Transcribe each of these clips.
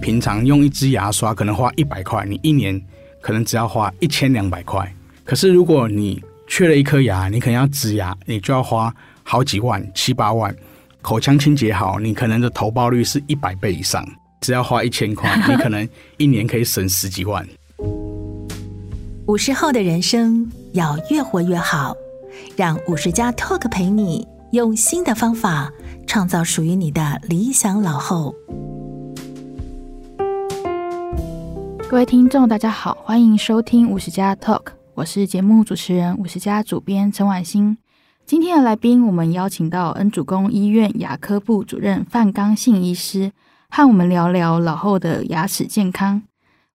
平常用一支牙刷可能花一百块，你一年可能只要花一千两百块。可是如果你缺了一颗牙，你可能要植牙，你就要花好几万、七八万。口腔清洁好，你可能的投报率是一百倍以上，只要花一千 块，你可能一年可以省十几万。五十后的人生要越活越好，让五十加 Talk 陪你用新的方法创造属于你的理想老后。各位听众，大家好，欢迎收听五十加 Talk，我是节目主持人五十加主编陈婉欣。今天的来宾，我们邀请到恩主公医院牙科部主任范刚信医师，和我们聊聊老后的牙齿健康。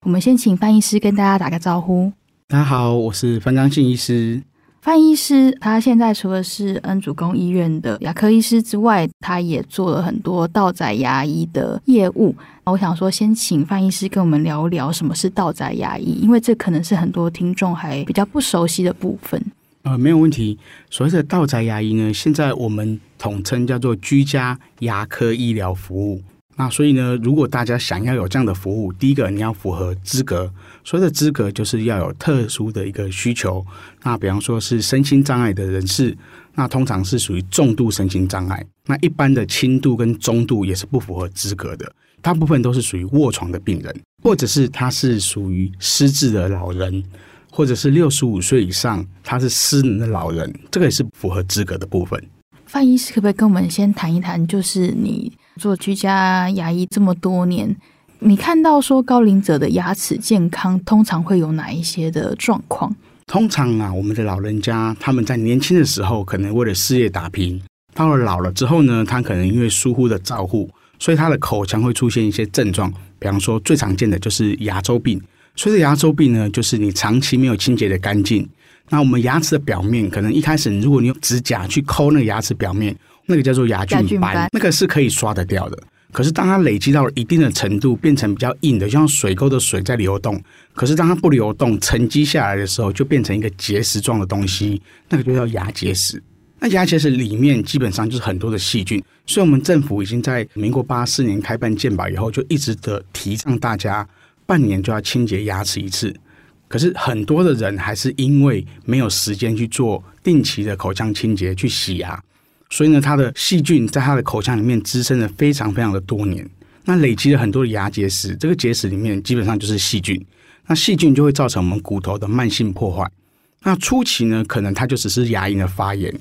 我们先请范医师跟大家打个招呼。大家好，我是范刚信医师。范医师他现在除了是恩主公医院的牙科医师之外，他也做了很多道仔牙医的业务。我想说，先请范医师跟我们聊聊什么是道仔牙医，因为这可能是很多听众还比较不熟悉的部分。呃，没有问题。所谓的道宅牙医呢，现在我们统称叫做居家牙科医疗服务。那所以呢，如果大家想要有这样的服务，第一个你要符合资格。所谓的资格，就是要有特殊的一个需求。那比方说是身心障碍的人士，那通常是属于重度身心障碍。那一般的轻度跟中度也是不符合资格的，大部分都是属于卧床的病人，或者是他是属于失智的老人。或者是六十五岁以上，他是失能的老人，这个也是符合资格的部分。范医师，可不可以跟我们先谈一谈，就是你做居家牙医这么多年，你看到说高龄者的牙齿健康通常会有哪一些的状况？通常啊，我们的老人家他们在年轻的时候，可能为了事业打拼，到了老了之后呢，他可能因为疏忽的照护，所以他的口腔会出现一些症状，比方说最常见的就是牙周病。所以牙周病呢，就是你长期没有清洁的干净。那我们牙齿的表面，可能一开始如果你用指甲去抠那个牙齿表面，那个叫做牙牙菌菌斑斑，那个是可以刷得掉的。可是当它累积到了一定的程度，变成比较硬的，就像水沟的水在流动。可是当它不流动，沉积下来的时候，就变成一个结石状的东西，那个就叫牙结石。那牙结石里面基本上就是很多的细菌，所以我们政府已经在民国八四年开办健保以后，就一直的提倡大家半年就要清洁牙齿一次。可是很多的人还是因为没有时间去做定期的口腔清洁去洗牙，所以呢，它的细菌在它的口腔里面滋生了非常非常的多年，那累积了很多的牙结石。这个结石里面基本上就是细菌，那细菌就会造成我们骨头的慢性破坏。那初期呢，可能它就只是牙龈的发炎，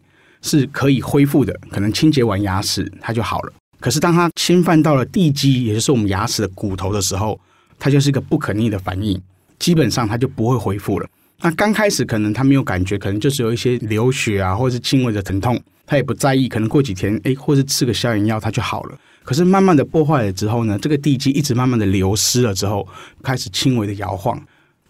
是可以恢复的，可能清洁完牙齿它就好了。可是当它侵犯到了地基，也就是我们牙齿的骨头的时候，它就是一个不可逆的反应，基本上它就不会恢复了。那刚开始可能他没有感觉，可能就是有一些流血啊，或者是轻微的疼痛，他也不在意。可能过几天，哎，或是吃个消炎药，它就好了。可是慢慢的破坏了之后呢，这个地基一直慢慢的流失了之后，开始轻微的摇晃，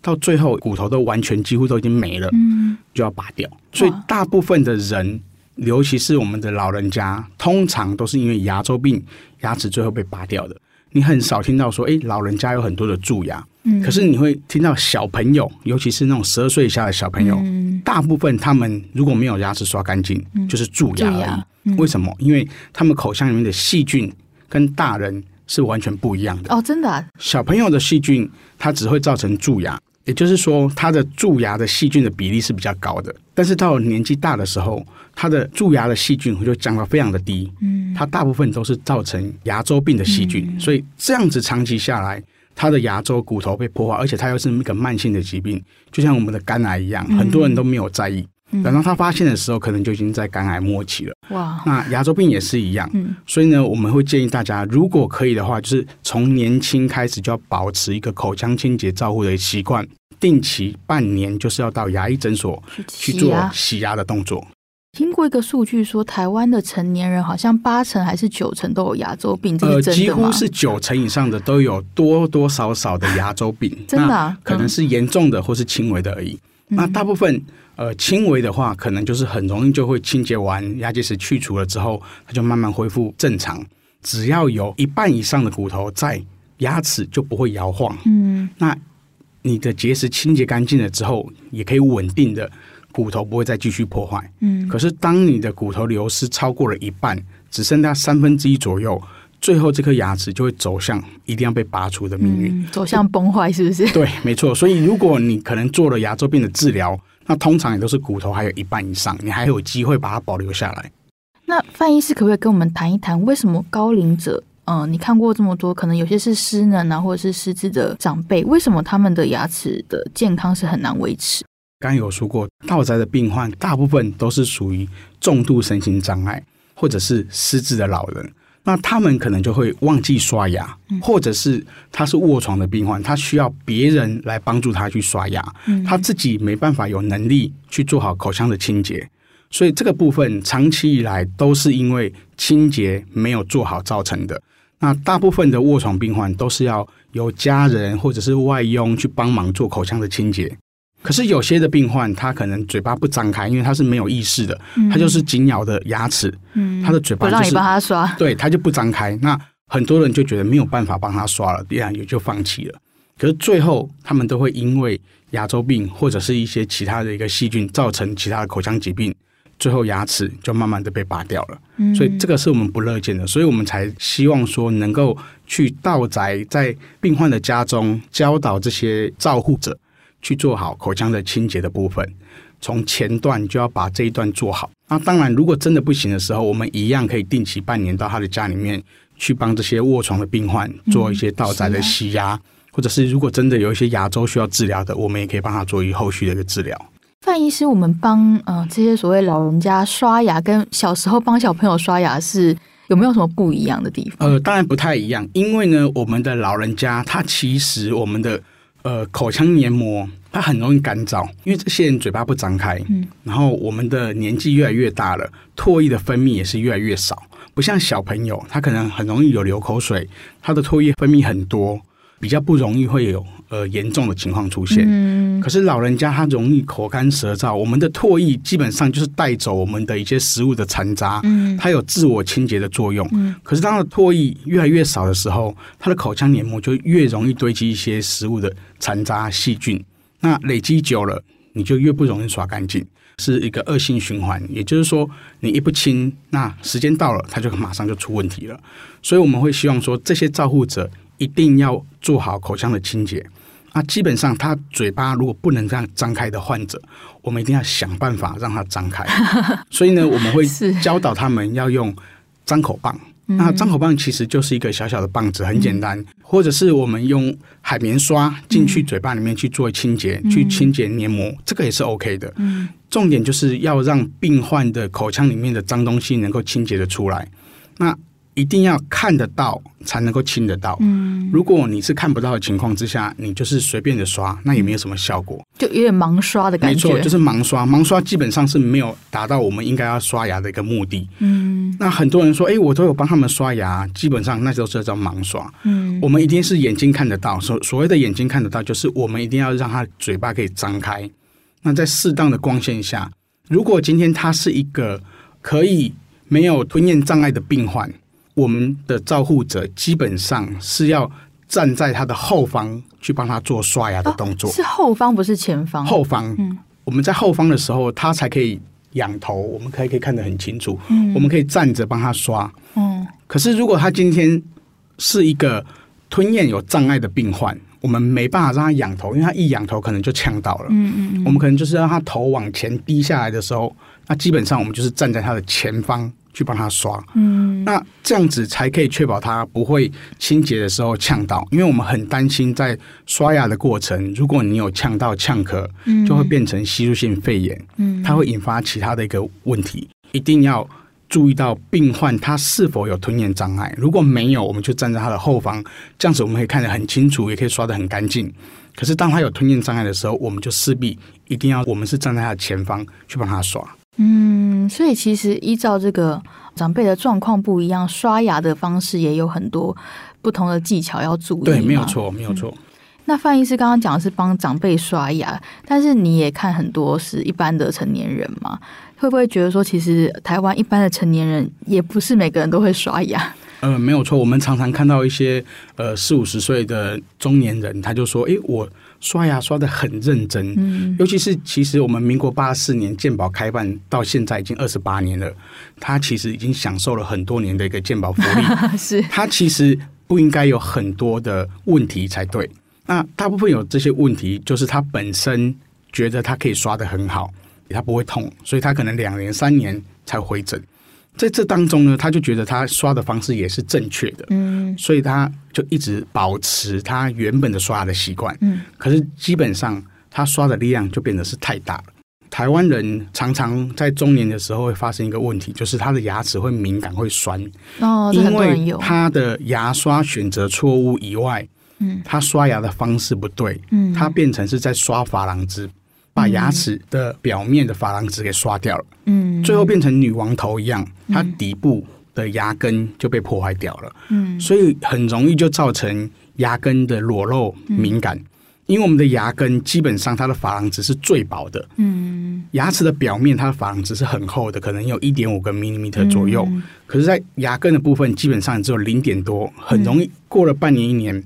到最后骨头都完全几乎都已经没了。嗯，就要拔掉。所以大部分的人，尤其是我们的老人家，通常都是因为牙周病，牙齿最后被拔掉的。你很少听到说，诶，老人家有很多的蛀牙。嗯可是你会听到小朋友，尤其是那种十二岁以下的小朋友，嗯大部分他们如果没有牙齿刷干净，就是蛀牙蛀而已牙。嗯为什么？因为他们口腔里面的细菌跟大人是完全不一样的。哦，真的、啊，小朋友的细菌，它只会造成蛀牙，也就是说，它的蛀牙的细菌的比例是比较高的。但是到了年纪大的时候，它的蛀牙的细菌就降到非常的低，嗯，它大部分都是造成牙周病的细菌，所以这样子长期下来。它的牙周骨头被破坏，而且它又是一个慢性的疾病，就像我们的肝癌一样，很多人都没有在意。等到他发现的时候，可能就已经在肝癌末期了。嗯哇，那牙周病也是一样，嗯所以呢，我们会建议大家，如果可以的话，就是从年轻开始就要保持一个口腔清洁照护的习惯，定期半年就是要到牙医诊所去洗做啊牙。洗牙的动作。听过一个数据说，台湾的成年人好像八成还是九成都有牙周病，这呃，是真几的吗？乎嗯是九成以上的都有多多少少的牙周病，真的啊嗯那可能是严重的或是轻微的而已。那大部分呃轻微的话，可能就是很容易就会清洁完牙结石去除了之后，它就慢慢恢复正常。只要有一半以上的骨头在，牙齿就不会摇晃。嗯，那你的结石清洁干净了之后，也可以稳定的骨头不会再继续破坏。嗯，可是当你的骨头流失超过了一半，只剩下三分之一左右，最后这颗牙齿就会走向一定要被拔除的命运。嗯，走向崩坏是不是？对，没错。所以如果你可能做了牙周病的治疗，那通常也都是骨头还有一半以上，你还有机会把它保留下来。那范医师可不可以跟我们谈一谈，为什么高龄者，嗯、你看过这么多，可能有些是失能啊，或者是失智的长辈，为什么他们的牙齿的健康是很难维持？刚刚有说过，道宅的病患大部分都是属于重度身心障碍或者是失智的老人，那他们可能就会忘记刷牙，嗯或者是他是卧床的病患，他需要别人来帮助他去刷牙，嗯他自己没办法有能力去做好口腔的清洁。所以这个部分长期以来都是因为清洁没有做好造成的。那大部分的卧床病患都是要由家人或者是外佣去帮忙做口腔的清洁。可是有些的病患，他可能嘴巴不张开，因为他是没有意识的，他就是紧咬的牙齿，嗯他的嘴不巴让就你是帮他刷，对，他就不张开。那很多人就觉得没有办法帮他刷了，这样也就放弃了。可是最后，他们都会因为牙周病或者是一些其他的一个细菌，造成其他的口腔疾病，最后牙齿就慢慢的被拔掉了。所以这个是我们不乐见的，所以我们才希望说能够去道宅，在病患的家中教导这些照护者去做好口腔的清洁的部分，从前段就要把这一段做好。那当然，如果真的不行的时候，我们一样可以定期半年到他的家里面去帮这些卧床的病患做一些道宅的洗牙，或者是如果真的有一些牙周需要治疗的，我们也可以帮他做一后续的一个治疗。范医师，我们帮呃这些所谓老人家刷牙，跟小时候帮小朋友刷牙是有没有什么不一样的地方？呃，当然不太一样，因为呢，我们的老人家他其实我们的呃口腔黏膜它很容易干燥，因为这些人嘴巴不张开，嗯，然后我们的年纪越来越大了，唾液的分泌也是越来越少，不像小朋友，他可能很容易有流口水，他的唾液分泌很多，比较不容易会有呃严重的情况出现。嗯，可是老人家他容易口干舌燥，我们的唾液基本上就是带走我们的一些食物的残渣，嗯它有自我清洁的作用。可是当它的唾液越来越少的时候，它的口腔黏膜就越容易堆积一些食物的残渣、细菌。那累积久了，你就越不容易刷干净，是一个恶性循环。也就是说，你一不清，那时间到了，它就马上就出问题了。所以我们会希望说，这些照护者一定要做好口腔的清洁。那基本上，他嘴巴如果不能这样张开的患者，我们一定要想办法让他张开。所以呢，我们会是教导他们要用张口棒。那张口棒其实就是一个小小的棒子，很简单，或者是我们用海绵刷进去嘴巴里面去做清洁，去清洁黏膜，这个也是 OK 的。重点就是要让病患的口腔里面的脏东西能够清洁的出来。那一定要看得到才能够清得到。嗯，如果你是看不到的情况之下，你就是随便的刷，那也没有什么效果。就有点盲刷没的感觉，错，就是盲刷，盲刷基本上是没有达到我们应该要刷牙的一个目的。嗯，那很多人说，哎、我都有帮他们刷牙，基本上那都是叫盲刷。嗯，我们一定是眼睛看得到，所所谓的眼睛看得到，就是我们一定要让他嘴巴可以张开。那在适当的光线下，如果今天他是一个可以没有吞咽障碍的病患，我们的照护者基本上是要站在他的后方去帮他做刷牙的动作。是后方不是前方，嗯后方，我们在后方的时候，他才可以仰头，我们可以可以看得很清楚，我们可以站着帮他刷。嗯可是如果他今天是一个吞咽有障碍的病患，我们没办法让他仰头，因为他一仰头可能就呛到了。嗯嗯，我们可能就是让他头往前低下来的时候，那基本上我们就是站在他的前方去帮他刷。嗯，那这样子才可以确保他不会清洁的时候呛到，因为我们很担心在刷牙的过程，如果你有呛到呛咳，就会变成吸入性肺炎，嗯，它会引发其他的一个问题，一定要。注意到病患他是否有吞咽障碍，如果没有，我们就站在他的后方，这样子我们可以看得很清楚，也可以刷得很干净。可是当他有吞咽障碍的时候，我们就势必一定要，我们是站在他的前方去帮他刷。嗯，所以其实依照这个长辈的状况不一样，刷牙的方式也有很多不同的技巧要注意。对，没有。错，没有错。那范医师刚刚讲的是帮长辈刷牙，但是你也看很多是一般的成年人嘛，会不会觉得说，其实台湾一般的成年人也不是每个人都会刷牙？ 呃，没有错，我们常常看到一些呃四五十岁的中年人，他就说：“诶，我刷牙刷的很认真。”嗯，尤其是其实我们民国八四年健保开办到现在已经二十八年了，他其实已经享受了很多年的一个健保福利，是，它其实不应该有很多的问题才对。那大部分有这些问题，就是他本身觉得他可以刷得很好，他不会痛，所以他可能两年、三年才回诊。在这当中呢，他就觉得他刷的方式也是正确的，嗯所以他就一直保持他原本的刷牙的习惯。嗯，可是基本上他刷的力量就变得是太大了。台湾人常常在中年的时候会发生一个问题，就是他的牙齿会敏感、会酸。哦，这因很多人为有，他的牙刷选择错误以外，嗯他刷牙的方式不对，嗯，他变成是在刷珐琅质，把牙齿的表面的珐琅质给刷掉了，嗯，最后变成女王头一样，它底部的牙根就被破坏掉了，嗯所以很容易就造成牙根的裸露敏嗯感。因为我们的牙根基本上它的珐琅质是最薄的，嗯牙齿的表面它的珐琅质是很厚的，可能有一点五个 m i l 左右。嗯可是，在牙根的部分，基本上只有零点多，很容易过了半年一年，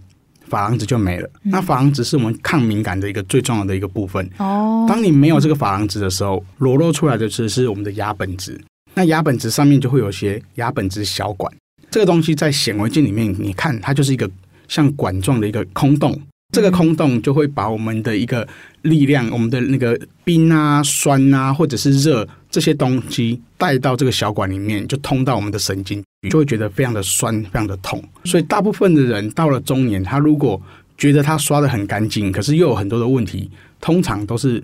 珐琅质就没了。那珐琅质是我们抗敏感的一个最重要的一个部分。哦，当你没有这个珐琅质的时候，裸露出来的其实是我们的牙本质。那牙本质上面就会有一些牙本质小管，这个东西在显微镜里面，你看它就是一个像管状的一个空洞。这个空洞就会把我们的一个力量，我们的那个冰啊、酸啊，或者是热这些东西带到这个小管里面，就通到我们的神经，就会觉得非常的酸、非常的痛。所以大部分的人到了中年，他如果觉得他刷的很干净，可是又有很多的问题，通常都是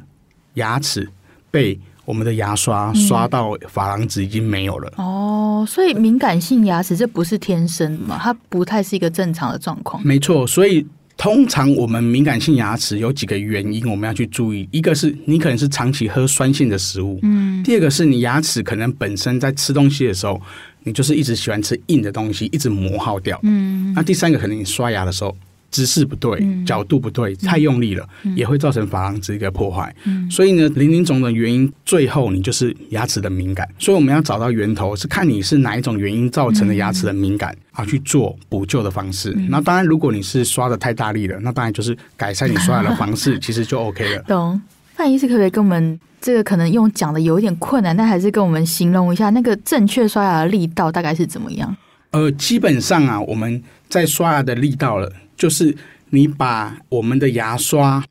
牙齿被我们的牙刷刷到珐琅质已经没有了。哦，所以敏感性牙齿这不是天生的嘛，它不太是一个正常的状况。没错，所以通常我们敏感性牙齿有几个原因我们要去注意，一个是你可能是长期喝酸性的食物，嗯，第二个是你牙齿可能本身在吃东西的时候，你就是一直喜欢吃硬的东西，一直磨耗掉，嗯，那第三个可能你刷牙的时候。姿势不对，角度不对，太用力了，也会造成珐琅质一个破坏。所以呢，林林总总的原因，最后你就是牙齿的敏感。所以我们要找到源头，是看你是哪一种原因造成的牙齿的敏感，啊，去做补救的方式。那当然，如果你是刷的太大力了，那当然就是改善你刷牙的方式，其实就 OK 了。懂。范医师可不可以跟我们这个可能用讲的有一点困难，但还是跟我们形容一下那个正确刷牙的力道大概是怎么样？呃，基本上啊，我们在刷牙的力道了，就是你把我们的牙刷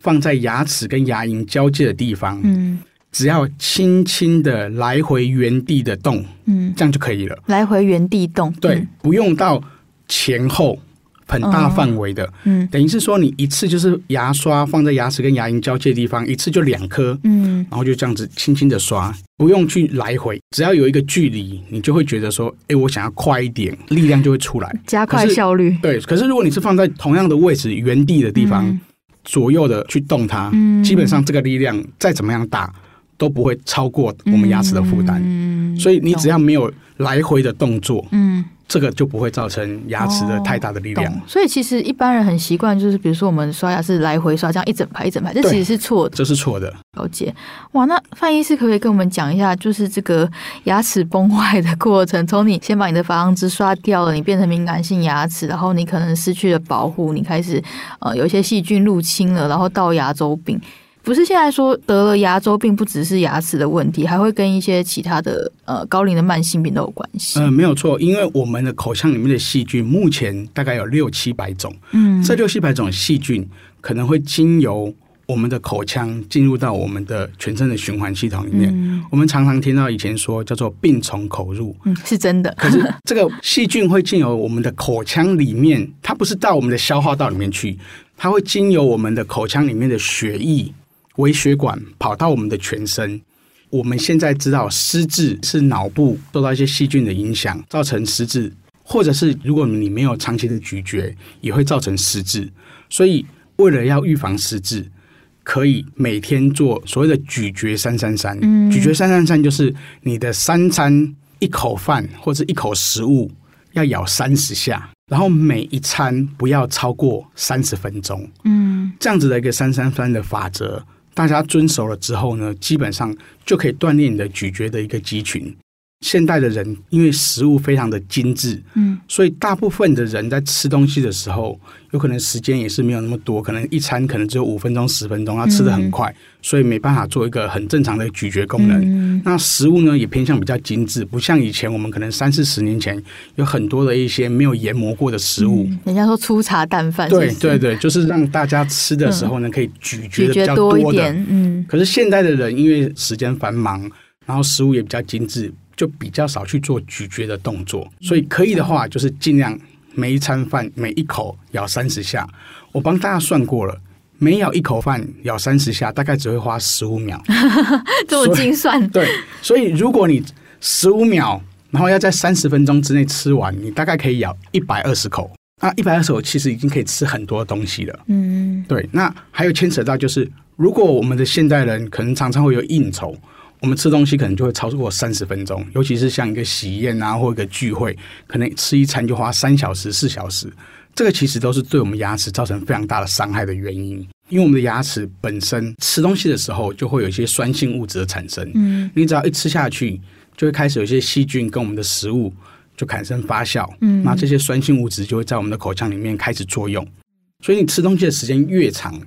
放在牙齿跟牙龈交界的地方，嗯只要轻轻的来回原地的动，嗯，这样就可以了。来回原地动。对，不用到前后很大范围的，嗯，等于是说你一次就是牙刷放在牙齿跟牙龈交界地方，一次就两颗，嗯，然后就这样子轻轻的刷，不用去来回，只要有一个距离，你就会觉得说，哎，我想要快一点，力量就会出来嗯。加快效率。对，可是如果你是放在同样的位置、原地的地方，嗯左右的去动它，嗯基本上这个力量再怎么样大，都不会超过我们牙齿的负担。嗯所以你只要要没有来回的动作，嗯哦这个就不会造成牙齿的太大的力量。懂。所以其实一般人很习惯，就是比如说我们刷牙是来回刷，这样一整排一整排，这对其实是错的。这是错的。了解。哇，那范医师可不可以跟我们讲一下，就是这个牙齿崩坏的过程？从你先把你的珐琅质刷掉了，你变成敏感性牙齿，然后你可能失去了保护，你开始呃有一些细菌入侵了，然后到牙周病。不是现在说得了牙周病不只是牙齿的问题，还会跟一些其他的呃高龄的慢性病都有关系。嗯、没有错，因为我们的口腔里面的细菌目前大概有六七百种，嗯，这六七百种细菌可能会经由我们的口腔进入到我们的全身的循环系统里面。我们常常听到以前说叫做病从口入。嗯是真的。可是这个细菌会进由我们的口腔里面，它不是到我们的消化道里面去，它会经由我们的口腔里面的血液、微血管跑到我们的全身。我们现在知道失智是脑部受到一些细菌的影响，造成失智，或者是如果你没有长期的咀嚼，也会造成失智。所以，为了要预防失智，可以每天做所谓的咀嚼三三三。咀嚼三三三就是你的三餐一口饭或者一口食物要咬三十下，然后每一餐不要超过三十分钟。嗯这样子的一个三三三的法则，大家遵守了之后呢，基本上就可以锻炼你的咀嚼的一个肌群。现代的人因为食物非常的精致，嗯，所以大部分的人在吃东西的时候，有可能时间也是没有那么多，可能一餐可能只有五分钟、十分嗯钟，他吃的很快，所以没办法做一个很正常的咀嚼功能。嗯那食物呢也偏向比较精致，不像以前我们可能三四十年前有很多的一些没有研磨过的食物。嗯人家说粗茶淡饭，对是不是嗯对对，就是让大家吃的时候呢，可以咀嚼咀的比嚼较多多一的。点，嗯可是现代的人因为时间繁忙，然后食物也比较精致，就比较少去做咀嚼的动作。嗯所以可以的话，就是尽量每一餐饭每一口咬三十下。我帮大家算过了，每咬一口饭咬三十下，大概只会花十五秒。这么精算， 对，所以如果你十五秒，然后要在三十分钟之内吃完，你大概可以咬一百二十口。那一百二十口其实已经可以吃很多东西了。嗯对，那还有牵扯到就是，如果我们的现代人可能常常会有应酬，我们吃东西可能就会超过三十分钟，尤其是像一个喜宴啊或一个聚会，可能吃一餐就花三小时、四小时，这个其实都是对我们牙齿造成非常大的伤害的原因。因为我们的牙齿本身吃东西的时候就会有一些酸性物质的产生，嗯你只要一吃下去，就会开始有一些细菌跟我们的食物就产生发酵，嗯那这些酸性物质就会在我们的口腔里面开始作用。所以你吃东西的时间越长，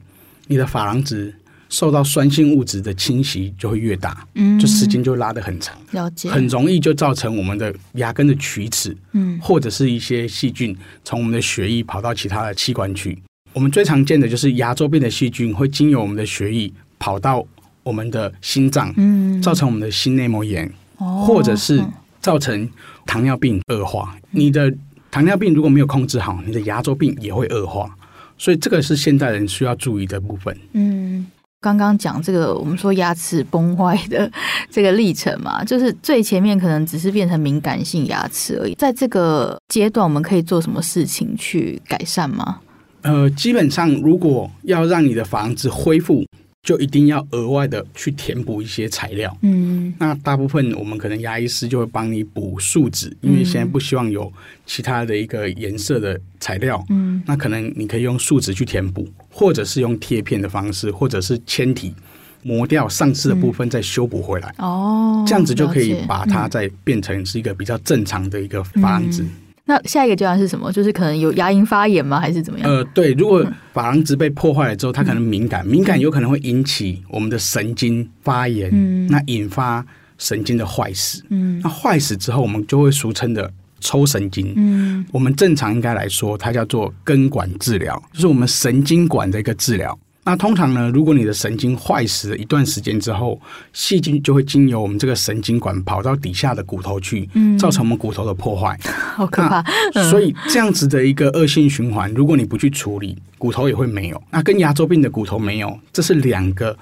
你的珐琅质受到酸性物质的侵袭就会越大，嗯，就时间就拉得很长，了解，很容易就造成我们的牙根的龋齿，嗯或者是一些细菌从我们的血液跑到其他的器官去。我们最常见的就是牙周病的细菌会经由我们的血液跑到我们的心脏，嗯，造成我们的心内膜炎，哦或者是嗯造成糖尿病恶化。你的糖尿病如果没有控制好，你的牙周病也会恶化。所以这个是现代人需要注意的部分。嗯，刚刚讲这个，我们说牙齿崩坏的这个历程嘛， 就是最前面可能只是变成敏感性牙齿而已，在这个阶段，我们可以做什么事情去改善吗？呃，基本上如果要让你的房子恢复，就一定要额外的去填补一些材料。嗯那大部分我们可能牙医师就会帮你补树脂，嗯因为现在不希望有其他的一个颜色的材料。嗯那可能你可以用树脂去填补，或者是用贴片的方式，或者是铅体磨掉上次的部分再修补回来，嗯哦，这样子就可以了解把它嗯再变成是一个比较正常的一个珐琅质。那下一个阶段是什么？就是可能有牙龈发炎吗？还是怎么样？呃，对，如果珐琅质被破坏了之后，它可能敏嗯感，敏感有可能会引起我们的神经发炎，嗯那引发神经的坏死。嗯那坏死之后，我们就会俗称的抽神经。嗯我们正常应该来说，它叫做根管治疗，就是我们神经管的一个治疗。那通常呢，如果你的神经坏死了一段时间之后，细菌就会经由我们这个神经管跑到底下的骨头去，嗯造成我们骨头的破坏。好可啊怕。嗯所以这样子的一个恶性循环，如果你不去处理，骨头也会没有。那跟牙周病的骨头没有，这是两个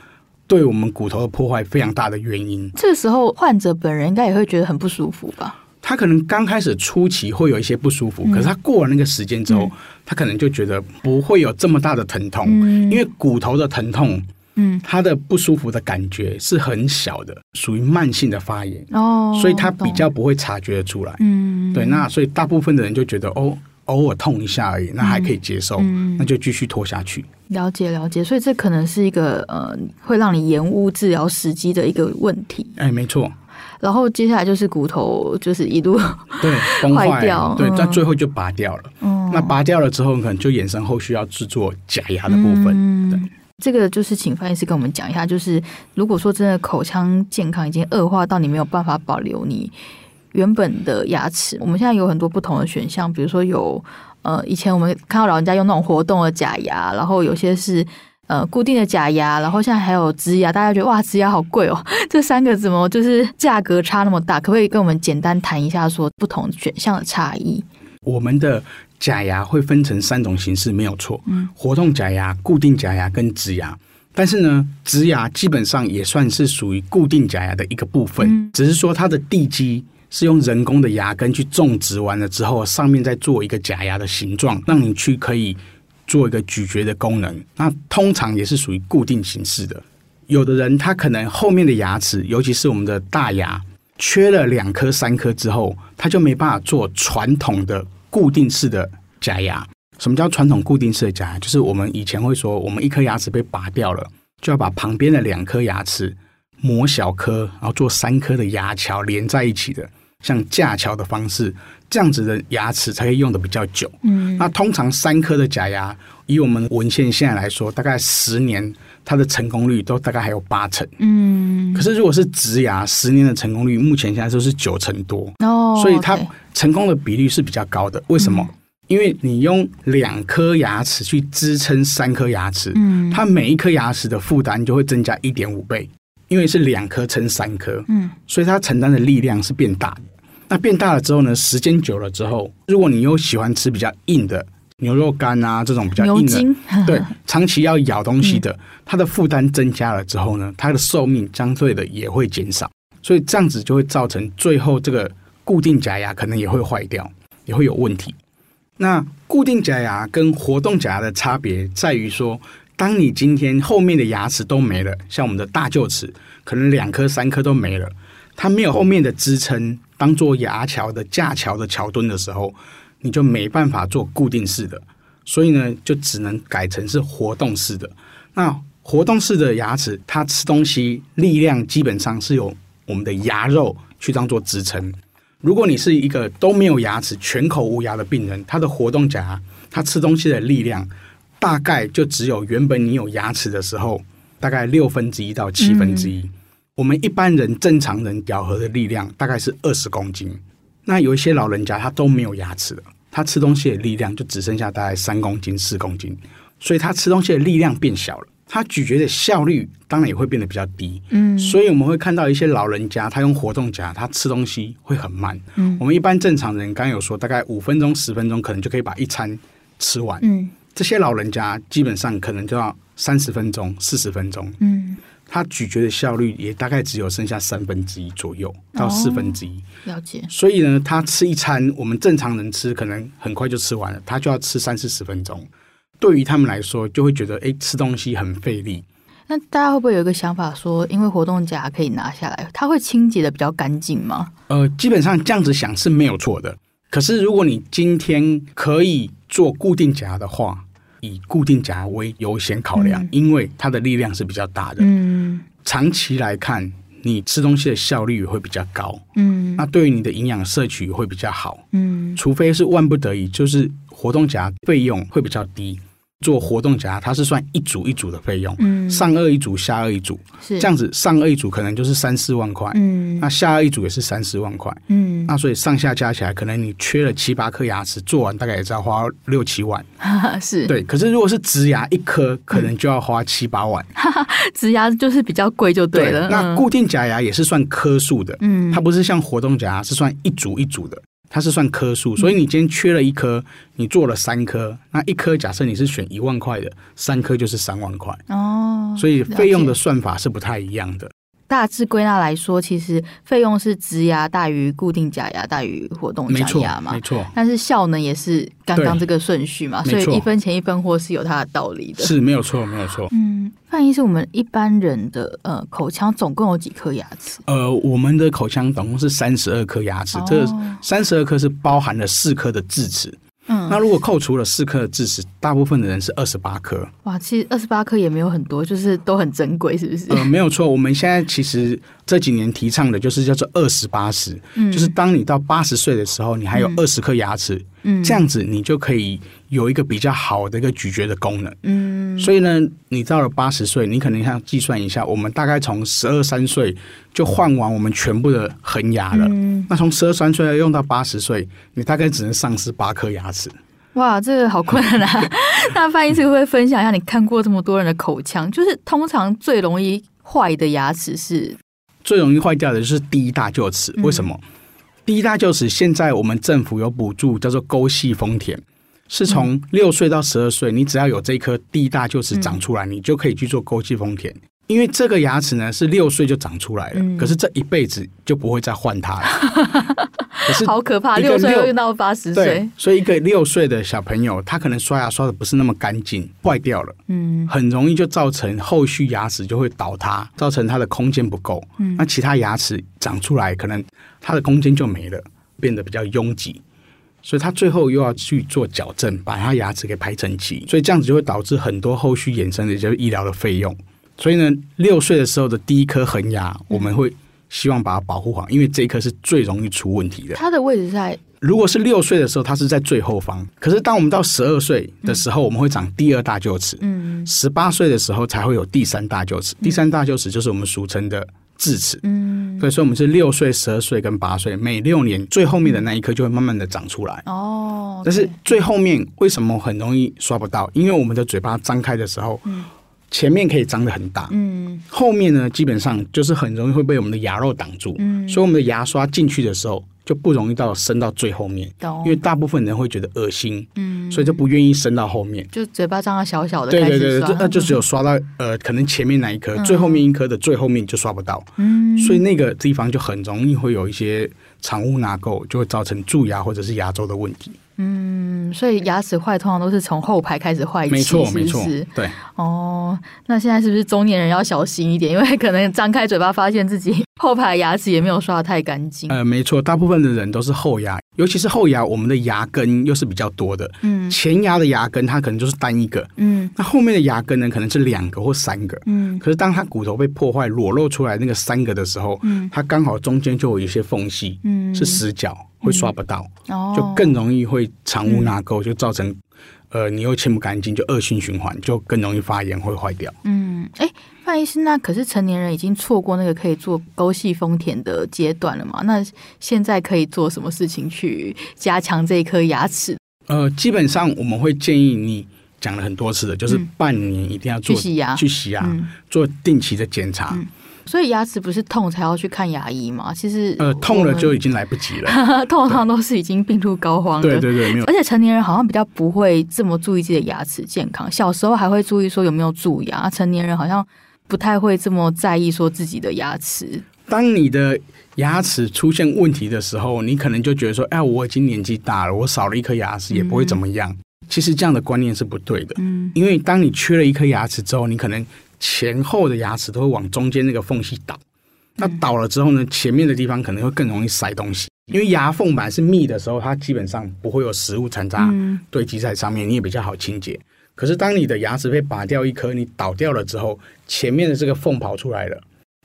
对我们骨头的破坏非常大的原因。这个时候，患者本人应该也会觉得很不舒服吧？他可能刚开始初期会有一些不舒嗯服，可是他过了那个时间之后，他可能就觉得不会有这么大的疼痛，因为骨头的疼痛，嗯，它的不舒服的感觉是很小的，属于慢性的发炎，哦，所以他比懂较不会察觉得出来。嗯对，那所以大部分的人就觉得哦，偶尔痛一下嗯而已，那还可以接受，那就继续拖下去。了解了解，所以这可能是一个呃，会让你延误治疗时机的一个问题。哎，没错，然后接下来就是骨头，就是一路 对，崩坏坏掉了对，嗯到最后就拔掉了。嗯那拔掉了之后，可能就衍生后续要制作假牙的部分。对嗯，这个就是请翻译师跟我们讲一下，就是如果说真的口腔健康已经恶化到你没有办法保留你原本的牙齿，我们现在有很多不同的选项，比如说有呃，以前我们看到老人家用那种活动的假牙，然后有些是。呃，固定的假牙，然后现在还有植牙，大家觉得哇，植牙好贵哦！这三个怎么就是价格差那么大？可不可以跟我们简单谈一下说不同选项的差异？我们的假牙会分成三种形式，没有错。嗯，活动假牙、固定假牙跟植牙。但是呢，植牙基本上也算是属于固定假牙的一个部分，只是说它的地基是用人工的牙根去种植完了之后，上面再做一个假牙的形状，让你去可以做一个咀嚼的功能。那通常也是属于固定形式的。有的人他可能后面的牙齿，尤其是我们的大牙，缺了两颗、三颗之后，他就没办法做传统的固定式的假牙。什么叫传统固定式的假牙？就是我们以前会说，我们一颗牙齿被拔掉了，就要把旁边的两颗牙齿磨小颗，然后做三颗的牙桥连在一起的。像架桥的方式，这样子的牙齿才可以用的比较久。嗯，那通常三颗的假牙，以我们文献现在来说，大概十年它的成功率都大概还有八成。嗯可，是如果是植牙，十年的成功率目前现在都是九成多，哦，嗯所以它 OK 成功的比率是比较高的。为什么？因为你用两颗牙齿去支撑三颗牙齿，嗯它每一颗牙齿的负担就会增加一点五倍，因为是两颗撑三颗，嗯所以它承担的力量是变大的。那变大了之后呢，时间久了之后，如果你又喜欢吃比较硬的牛肉干啊这种比较牛硬的，筋 对，长期要咬东西的，它的负担增加了之后呢，它的寿命相对的也会减少，所以这样子就会造成最后这个固定假牙可能也会坏掉，也会有问题。那固定假牙跟活动假牙的差别在于说，当你今天后面的牙齿都没了，像我们的大臼齿，可能两颗、三颗都没了，它没有后面的支撑，当做牙桥的架桥的桥墩的时候，你就没办法做固定式的，所以呢，就只能改成是活动式的。那活动式的牙齿，它吃东西力量基本上是由我们的牙肉去当做支撑。如果你是一个都没有牙齿、全口无牙的病人，他的活动假牙，他吃东西的力量大概就只有原本你有牙齿的时候大概六分之一到七分之一。我们一般人正常人咬合的力量大概是二十公斤，那有一些老人家他都没有牙齿了，他吃东西的力量就只剩下大概三公斤、四公斤，所以他吃东西的力量变小了，他咀嚼的效率当然也会变得比较低。嗯所以我们会看到一些老人家，他用活动夹，他吃东西会很慢。嗯，我们一般正常人，刚刚有说，大概五分钟、十分钟，可能就可以把一餐吃完。嗯这些老人家基本上可能就要三十分钟、四十分钟，嗯，他咀嚼的效率也大概只有剩下三分之一左右到哦四分之一。了解，所以呢，他吃一餐，我们正常人吃可能很快就吃完了，他就要吃三四十分钟。对于他们来说，就会觉得哎，诶吃东西很费力。那大家会不会有一个想法说，因为活动夹可以拿下来，它会清洁的比较干净吗？呃，基本上这样子想是没有错的。可是如果你今天可以做固定夹的话，以固定夹为优先考量，因为它的力量是比较大的。嗯长期来看，你吃东西的效率会比较高，嗯那对于你的营养摄取会比较好。嗯除非是万不得已，就是活动夹费用会比较低。做活动夹，它是算一组一组的费用，嗯，上颚一组，下颚一组，是这样子上颚一组可能就是三四万块，嗯那下颚一组也是三四万块。嗯，那所以上下加起来，可能你缺了七八颗牙齿，做完大概也只要花六七万。 是对，可是如果是植牙一颗，可能就要花七八万。植牙就是比较贵就对了。那嗯固定假牙也是算颗数的，嗯它不是像活动假牙是算一组一组的，它是算颗数。所以你今天缺了一颗，你做了三颗，那一颗假设你是选一万块的，三颗就是三万块。哦，所以费用的了解算法是不太一样的。大致归纳来说，其实费用是植牙大于固定假牙大于活动没假错牙，嘛没。错，但是效能也是刚刚对这个顺序嘛，没所以错一分钱一分货是有它的道理的。是没有错，没有错。嗯，范医是我们一般人的呃口腔总共有几颗牙齿？呃，我们的口腔总共是三十二颗牙齿，哦这三十二颗是包含了四颗的智齿。嗯那如果扣除了四颗的智齿，大部分的人是二十八颗。哇，其实二十八颗也没有很多，就是都很珍贵，是不是？呃， 没有错，我们现在其实这几年提倡的就是叫做二十八十，就是当你到八十岁的时候，你还有二十颗牙齿，嗯这样子你就可以有一个比较好的一个咀嚼的功能。嗯所以呢，你到了八十岁，你可能要计算一下，我们大概从十二三岁就换完我们全部的恒牙了。嗯，那从十二三岁用到八十岁，你大概只能丧失八颗牙齿。哇，这个好困难啊！那范医师会不会分享一下你看过这么多人的口腔，就是通常最容易坏的牙齿是最容易坏掉的就是第一大臼齿，为什么？第一大臼齿现在我们政府有补助，叫做沟系丰田，是从六岁到十二岁，你只要有这一颗第一大臼齿长出来，你就可以去做沟系丰田。因为这个牙齿呢是六岁就长出来了，嗯可是这一辈子就不会再换它了。可是好可怕，一个六岁六又到八十对岁，，所以一个六岁的小朋友，他可能刷牙刷的不是那么干净，坏掉了。嗯很容易就造成后续牙齿就会倒塌，造成它的空间不够。嗯，那其他牙齿长出来，可能它的空间就没了，变得比较拥挤，所以它最后又要去做矫正，把它牙齿给排整齐。所以这样子就会导致很多后续衍生的就是医疗的费用。所以呢，六岁的时候的第一颗恒牙，我们会希望把它保护好，因为这一颗是最容易出问题的。它的位置在如果是六岁的时候，它是在最后方，可是当我们到十二岁的时候，我们会长第二大臼齿，嗯十八岁的时候才会有第三大臼齿，第三大臼齿就是我们俗称的智齿。嗯所以说我们是六岁、十二岁跟八岁，每六年最后面的那一颗就会慢慢的长出来。哦，但是对最后面为什么很容易刷不到？因为我们的嘴巴张开的时候，前面可以张得很大，嗯后面呢基本上就是很容易会被我们的牙肉挡住，嗯所以我们的牙刷进去的时候就不容易到伸到最后面，懂因为大部分人会觉得恶心，哦嗯所以就不愿意伸到后面。就嘴巴张得小小的，对开对对，始刷就那就只有刷到呃，可能前面那一颗，嗯最后面一颗的最后面就刷不到，嗯所以那个地方就很容易会有一些藏污纳垢，就会造成蛀牙或者是牙周的问题。嗯，所以牙齿坏通常都是从后排开始坏起，没错，是不没错是，对。哦，那现在是不是中年人要小心一点？因为可能张开嘴巴，发现自己后排牙齿也没有刷得太干净。呃，没错，大部分的人都是后牙，尤其是后牙，我们的牙根又是比较多的。嗯前牙的牙根它可能就是单一个，嗯那后面的牙根呢，可能是两个或三个。嗯可是当它骨头被破坏、裸露出来那个三个的时候，嗯它刚好中间就有一些缝隙，嗯，是死角，会刷不到，哦，就更容易会藏污纳嗯垢，就造成呃你又清不干净，就恶性循环，就更容易发炎，会坏掉。嗯，哎，范医师，那可是成年人已经错过那个可以做沟系丰田的阶段了嘛？那现在可以做什么事情去加强这一颗牙齿？呃，基本上我们会建议你讲了很多次的，就是嗯半年一定要做去洗牙去洗牙，嗯做定期的检查。所以牙齿不是痛才要去看牙医嘛？其实呃，痛了我就已经来不及了。们 通常都是已经病入膏肓了。对对对，没有而且成年人好像比较不会这么注意自己的牙齿健康，小时候还会注意说有没有蛀牙，成年人好像不太会这么在意说自己的牙齿。当你的牙齿出现问题的时候，你可能就觉得说，哎，我已经年纪大了，我少了一颗牙齿也不会怎么样。其实这样的观念是不对的，嗯因为当你缺了一颗牙齿之后，你可能前后的牙齿都会往中间那个缝隙倒。那嗯倒了之后呢，前面的地方可能会更容易塞东西，因为牙缝板是密的时候，它基本上不会有食物残渣嗯堆积在上面，你也比较好清洁。可是当你的牙齿被拔掉一颗，你倒掉了之后，前面的这个缝跑出来了。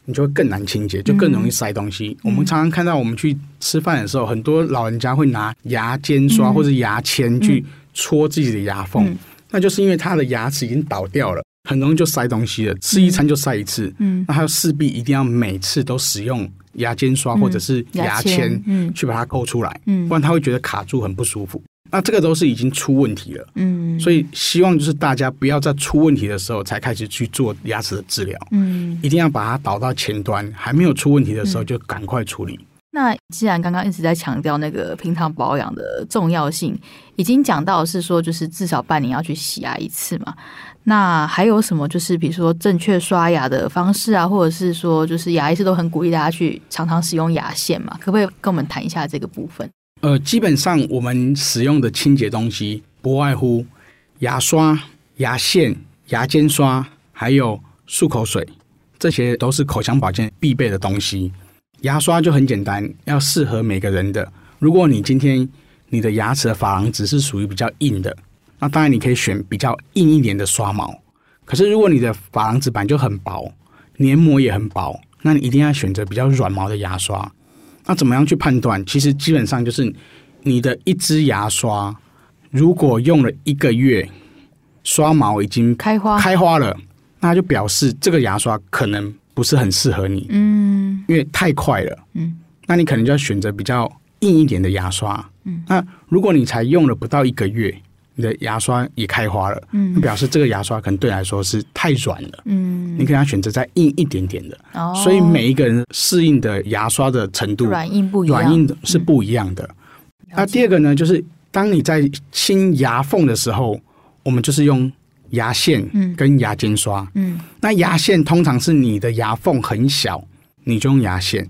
你就会更难清洁，就更容易塞东西。嗯我们常常看到，我们去吃饭的时候，很多老人家会拿牙尖刷嗯或者牙签去戳自己的牙缝，嗯那就是因为他的牙齿已经倒掉了，很容易就塞东西了。吃一餐就塞一次，嗯，那他势必一定要每次都使用牙尖刷或者是牙签嗯去把它抠出来，嗯不然他会觉得卡住很不舒服。那这个都是已经出问题了，嗯，所以以希望就是大家不要在出问题的时候才开始去做牙齿的治疗，嗯，一定要把它导到前端，还没有出问题的时候就赶快处理。那既然刚刚一直在强调那个平常保养的重要性，已经讲到是说就是至少半年要去洗牙一次嘛。那还有什么就是比如说正确刷牙的方式啊，或者是说就是牙医是都很鼓励大家去常常使用牙线嘛？可不可以跟我们谈一下这个部分？呃，基本上我们使用的清洁东西不外乎牙刷、牙线、牙尖刷，还有漱口水，这些都是口腔保健必备的东西。牙刷就很简单，要适合每个人的。如果你今天你的牙齿的珐琅质是属于比较硬的，那当然你可以选比较硬一点的刷毛。可是如果你的珐琅质板就很薄，黏膜也很薄，那你一定要选择比较软毛的牙刷。那怎么样去判断？其实基本上就是你的一支牙刷，如果用了一个月，刷毛已经开花，开花了，那就表示这个牙刷可能不是很适合你，嗯因为太快了。嗯，那你可能就要选择比较硬一点的牙刷。嗯，那如果你才用了不到一个月，你的牙刷也开花了，嗯那表示这个牙刷可能对你来说是太软了。嗯，你可能要选择再硬一点点的，哦所以每一个人适应的牙刷的程度软硬不一样，嗯软硬的是不一样的。那第二个呢，就是当你在清牙缝的时候，我们就是用牙线嗯跟牙尖刷。嗯那牙线通常是你的牙缝很小，你就用牙线；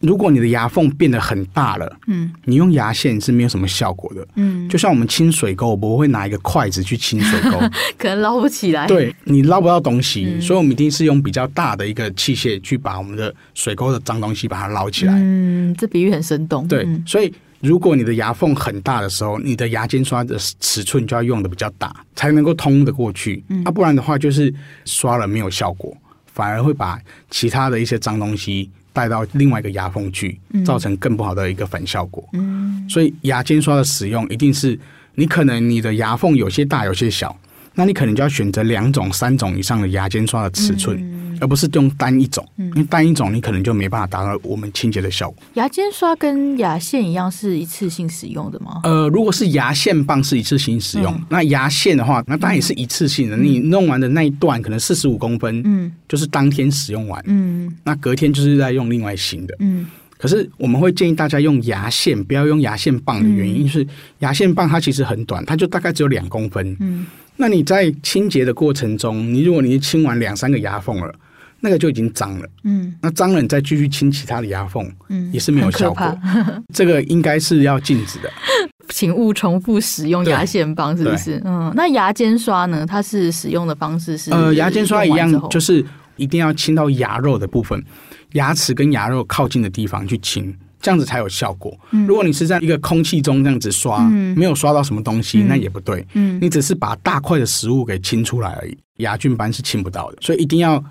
如果你的牙缝变得很大了，嗯你用牙线是没有什么效果的。嗯，就像我们清水沟，我们会拿一个筷子去清水 沟，可能捞不起来，，对你捞不到东西，嗯所以我们一定是用比较大的一个器械去把我们的水沟的脏东西把它捞起来。嗯，这比喻很生动，对，嗯所以如果你的牙缝很大的时候，你的牙尖刷的尺寸就要用的比较大，才能够通得过去。啊，不然的话就是刷了没有效果，反而会把其他的一些脏东西带到另外一个牙缝去，造成更不好的一个反效果。嗯，所以牙间刷的使用一定是你可能你的牙缝有些大，有些小，那你可能就要选择两种、三种以上的牙间刷的尺寸，而不是用单一种，因为单一种你可能就没办法达到我们清洁的效果。牙尖刷跟牙线一样是一次性使用的吗？嗯呃，如果是牙线棒是一次性使用，那牙线的话，那当然也是一次性的。你弄完的那一段可能四十五公分，嗯，就是当天使用完，嗯那隔天就是在用另外新的。嗯可是我们会建议大家用牙线，不要用牙线棒的原嗯因、是，牙线棒它其实很短，它就大概只有两公分。嗯，那你在清洁的过程中，你如果你清完两三个牙缝了，那个就已经脏了。嗯那脏了，你再继续清其他的牙缝嗯也是没有很可效果怕。 这个应该是要禁止的。请勿重复使用牙线棒，是不是？嗯，那牙尖刷呢？它是使用的方式是呃，牙间刷一样用完之后，就是一定要清到牙肉的部分，牙齿跟牙肉靠近的地方去清，这样子才有效果。嗯如果你是在一个空气中这样子刷，没有刷到什么东西，那也不对。嗯你只是把大块的食物给清出来而已，牙菌斑是清不到的，所以一定要。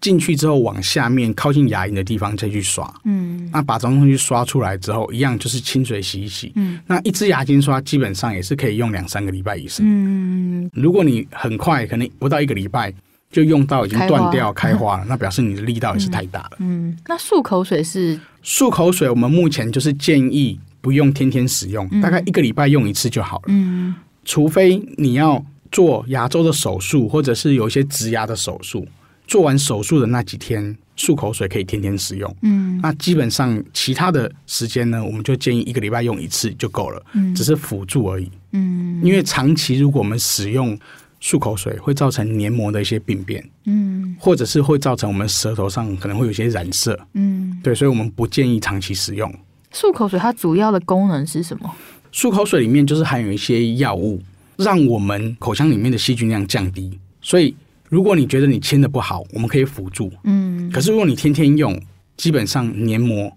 进去之后，往下面靠近牙龈的地方再去刷，嗯那把脏东西刷出来之后，一样就是清水洗一洗。嗯，那一支牙间刷基本上也是可以用两三个礼拜以上。嗯如果你很快，可能不到一个礼拜就用到已经断掉开花了，那表示你的力道也是太大了。嗯。那漱口水是漱口水我们目前就是建议不用天天使用，大概一个礼拜用一次就好了，嗯除非你要做牙周的手术，或者是有一些植牙的手术。做完手术的那几天，漱口水可以天天使用。嗯那基本上其他的时间呢，我们就建议一个礼拜用一次就够了，只是辅助而已。嗯因为长期如果我们使用漱口水，会造成黏膜的一些病变，嗯或者是会造成我们舌头上可能会有一些染色，嗯，对，所以我们不建议长期使用。漱口水它主要的功能是什么？漱口水里面就是含有一些药物，让我们口腔里面的细菌量降低。所以，如果你觉得你清的不好，我们可以辅助。嗯可是，如果你天天用，基本上黏膜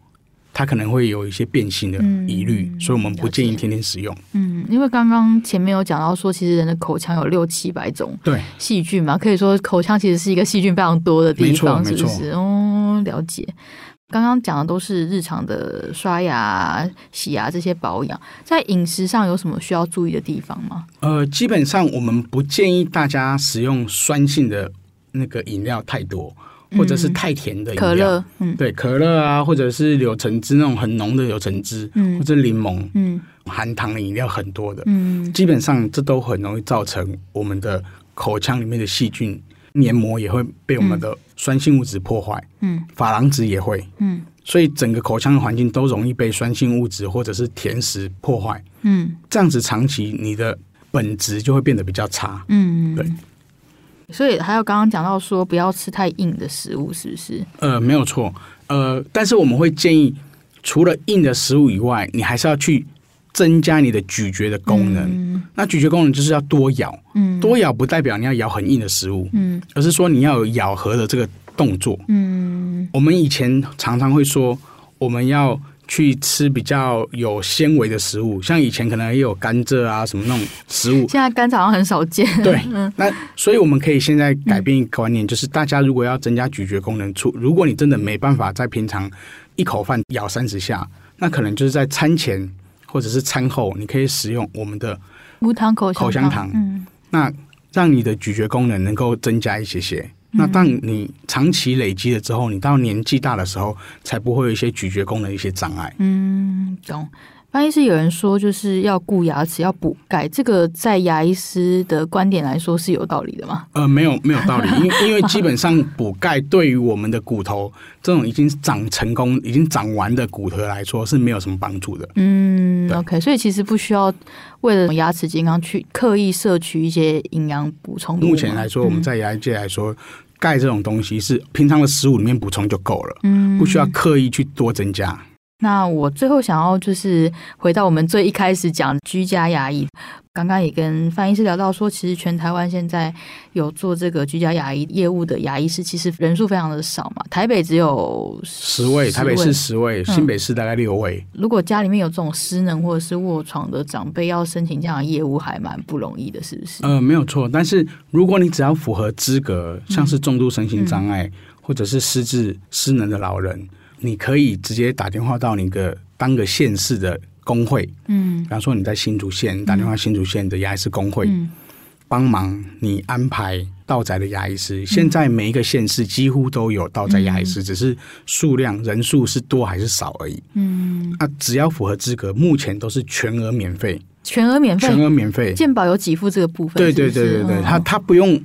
它可能会有一些变性的疑虑，所以我们不建议天天使用。嗯，因为刚刚前面有讲到说，其实人的口腔有六七百种对，细菌嘛，可以说口腔其实是一个细菌非常多的地方，没是错不是？哦，了解。刚刚讲的都是日常的刷牙、洗牙这些保养，在饮食上有什么需要注意的地方吗？呃，基本上我们不建议大家使用酸性的那个饮料太多，或者是太甜的饮料。嗯可乐，嗯对可乐啊，或者是柳橙汁那种很浓的柳橙汁，嗯或者柠檬嗯含糖的饮料很多的，嗯基本上这都很容易造成我们的口腔里面的细菌黏膜也会被我们的酸性物质破坏，嗯珐琅质也会，嗯所以整个口腔的环境都容易被酸性物质或者是甜食破坏。嗯这样子长期你的本质就会变得比较差。嗯，对。所以还有刚刚讲到说，不要吃太硬的食物，是不是？呃，没有错。呃，但是我们会建议，除了硬的食物以外，你还是要去增加你的咀嚼的功能。那咀嚼功能就是要多咬，嗯多咬不代表你要咬很硬的食物，嗯而是说你要有咬合的这个动作。嗯我们以前常常会说，我们要去吃比较有纤维的食物，像以前可能也有甘蔗啊什么那种食物，现在甘草好像很少见。 对，那所以我们可以现在改变一个观念，就是大家如果要增加咀嚼功能，除如果你真的没办法在平常一口饭咬三十下，那可能就是在餐前或者是餐后，你可以使用我们的无糖口口香糖嗯那让你的咀嚼功能能够增加一些些。那当你长期累积了之后，你到年纪大的时候，才不会有一些咀嚼功能的一些障碍。嗯，懂。翻译师有人说，就是要顾牙齿，要补钙，这个在牙医师的观点来说是有道理的吗？呃，没有没有道理，因为因为基本上补钙对于我们的骨头这种已经长成功、已经长完的骨头来说是没有什么帮助的。嗯对，OK，所以其实不需要为了牙齿健康去刻意摄取一些营养补充物吗。目前来说，嗯我们在牙医界来说，钙这种东西是平常的食物里面补充就够了，嗯不需要刻意去多增加。那我最后想要就是回到我们最一开始讲居家牙医，刚刚也跟范医师聊到说，其实全台湾现在有做这个居家牙医业务的牙医师，其实人数非常的少嘛，台北只有十位，台北市十位，嗯新北市大概六位。如果家里面有这种失能或者是卧床的长辈，要申请这样的业务还蛮不容易的，是不是？呃，没有错。但是如果你只要嗯符合资格，像是重度身心障碍、或者是失智失能的老人，你可以直接打电话到你个当个县市的工会，嗯比方说你在新竹县，你打电话新竹县的牙医师工会，嗯帮忙你安排到宅的牙医师。嗯现在每一个县市几乎都有到宅牙医师，只是数量人数是多还是少而已。嗯，啊，只要符合资格，目前都是全额免费，全额免费全，额免费。健保有给付这个部分对是不对是，对对对，嗯他他不用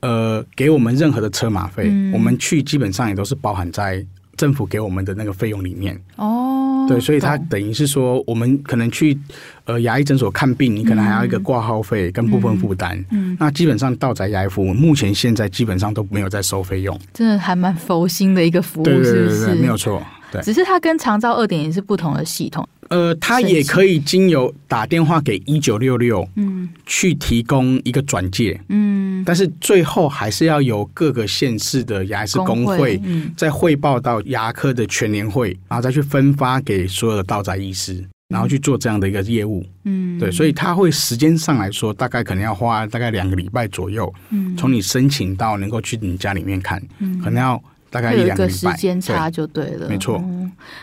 呃给我们任何的车马费，嗯我们去基本上也都是包含在政府给我们的那个费用里面。哦，对，所以它懂等于是说，我们可能去呃牙医诊所看病，你可能还要一个挂号费跟部分负担。嗯，那基本上到宅牙医服务，目前现在基本上都没有在收费用。真的还蛮佛心的一个服务，对对对哦是不对对，是？没有错。对，只是它跟长照二点零是不同的系统。呃，它神也奇可以经由打电话给一九六六嗯去提供一个转介，嗯，但是最后还是要由各个县市的牙医师工会。嗯再汇报到牙科的全联会，然后再去分发给所有的到宅医师，然后去做这样的一个业务。嗯，对，所以它会时间上来说，大概可能要花大概两个礼拜左右，嗯从你申请到能够去你家里面看，可能要大概嗯会一有一两个礼时拜。间差对，就对了，没错嗯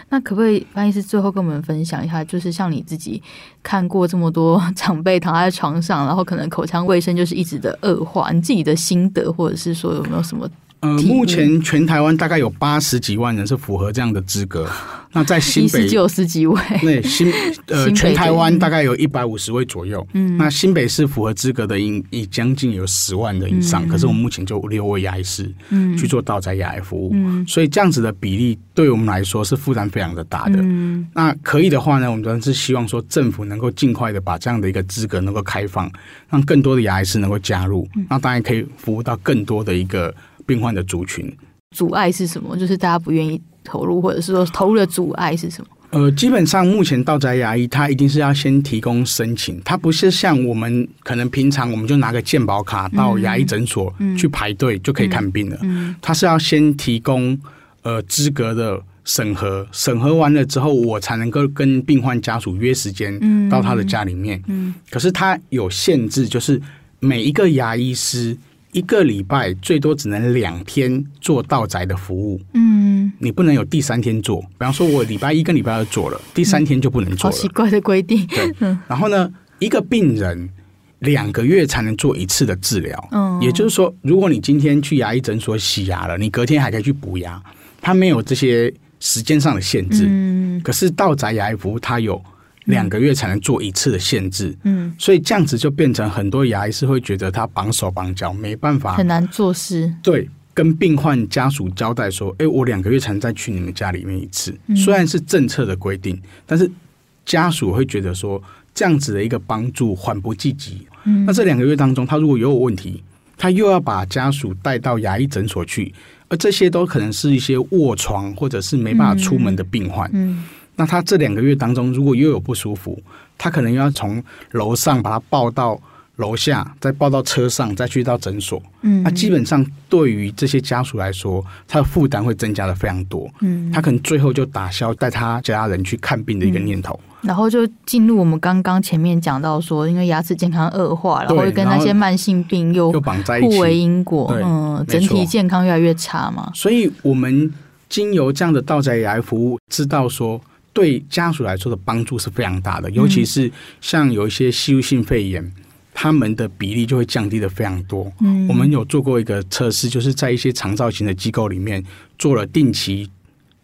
那可不可以翻译师最后跟我们分享一下，就是像你自己看过这么多长辈躺在床上，然后可能口腔卫生就是一直的恶化，你自己的心得或者是说有没有什么呃，体目前全台湾大概有八十几万人是符合这样的资格，那在 一新十北。九十 几位？那新呃新北全台湾的嗯大概有一百五十位左右，嗯，那新北市符合资格的应已将近有十万人以嗯上，可是我们目前就六位牙医师，嗯，去做到宅牙医服务，嗯，所以这样子的比例对我们来说是负担非常的大的，嗯那可以的话呢，我们当然是希望说政府能够尽快的把这样的一个资格能够开放，让更多的牙医师能够加入，嗯那当然可以服务到更多的一个病患的族群。阻碍是什么？就是大家不愿意投入，或者是说投入的阻碍是什么？呃，基本上目前到宅牙医，他一定是要先提供申请，他不是像我们可能平常我们就拿个健保卡到牙医诊所去排队就可以看病了，他是要先提供呃资格的审核，审核完了之后，我才能够跟病患家属约时间到他的家里面。可是他有限制，就是每一个牙医师一个礼拜最多只能两天做到宅的服务。嗯，你不能有第三天做，比方说我礼拜一跟礼拜二做了，第三天就不能做好嗯了。奇怪的规定。 对，然后呢，一个病人两个月才能做一次的治疗。嗯也就是说，如果你今天去牙医诊所洗牙了，你隔天还可以去补牙，它没有这些时间上的限制。嗯可是到宅牙医服务它有两个月才能做一次的限制，嗯，所以这样子就变成很多牙医是会觉得他绑手绑脚，没办法很难做事。对，跟病患家属交代说，哎，我两个月才能再去你们家里面一次。嗯虽然是政策的规定，但是家属会觉得说，这样子的一个帮助缓不济急。嗯那这两个月当中，他如果有问题，他又要把家属带到牙医诊所去，而这些都可能是一些卧床或者是没办法出门的病患。嗯那他这两个月当中，如果又有不舒服，他可能又要从楼上把他抱到楼下，再抱到车上，再去到诊所。嗯那基本上对于这些家属来说，他的负担会增加的非常多。嗯，他可能最后就打消带他家人去看病的一个念头。然后就进入我们刚刚前面讲到说，因为牙齿健康恶化，然后对又跟那些慢性病又又绑在一哦互为起。因果，对嗯，没整体错健康越来越差嘛。所以我们经由这样的道宅牙服务，知道说对家属来说的帮助是非常大的，尤其是像有一些吸入性肺炎。他们的比例就会降低的非常多。嗯，我们有做过一个测试，就是在一些长照型的机构里面做了定期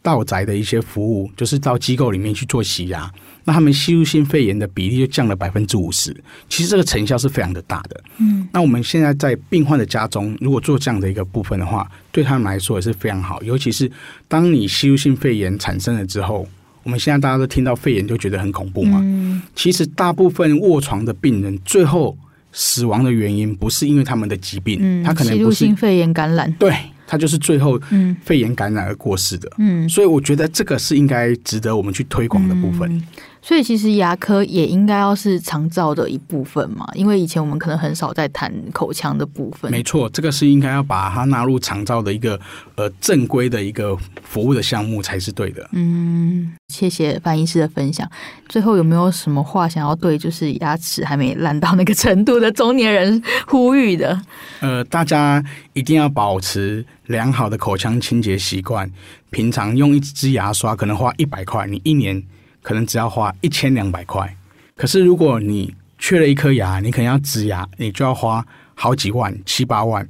到宅的一些服务，就是到机构里面去做洗牙。那他们吸入性肺炎的比例就降了百分之五十，其实这个成效是非常的大的。嗯，那我们现在在病患的家中，如果做这样的一个部分的话，对他们来说也是非常好。尤其是当你吸入性肺炎产生了之后，我们现在大家都听到肺炎就觉得很恐怖嘛。嗯其实大部分卧床的病人最后死亡的原因不是因为他们的疾病，嗯，他可能吸不入是性肺炎感染，对他就是最后嗯肺炎感染而过世的。嗯，嗯所以我觉得这个是应该值得我们去推广的部分。所以其实牙科也应该要是长照的一部分嘛，因为以前我们可能很少在谈口腔的部分。没错，这个是应该要把它纳入长照的一个呃正规的一个服务的项目才是对的。嗯，谢谢范医师的分享。最后有没有什么话想要对就是牙齿还没烂到那个程度的中年人呼吁的？呃，大家一定要保持良好的口腔清洁习惯，平常用一支牙刷可能花一百块，你一年可能只要花一千两百块。可是如果你缺了一颗牙，你可能要植牙，你就要花好几万、七八万。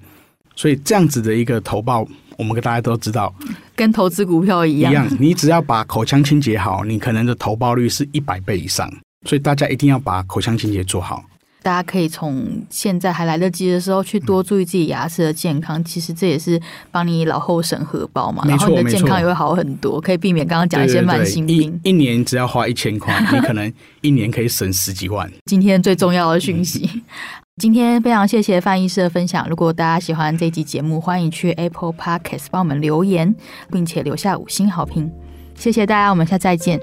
所以这样子的一个投报，我们跟大家都知道，跟投资股票一一样，样，你只要把口腔清洁好，你可能的投报率是一百倍以上。所以大家一定要把口腔清洁做好。大家可以从现在还来得及的时候去多注意自己牙齿的健康。其实这也是帮你老后省荷包嘛，没然错后你的没错健康也会好很多，可以避免刚刚讲一些慢性病。对对对一一年只要花一千块，你可能一年可以省十几万。今天最重要的讯息。今天非常谢谢范医师的分享。如果大家喜欢这集节目，欢迎去 Apple Podcast 帮我们留言，并且留下五星好评。谢谢大家，我们下次再见。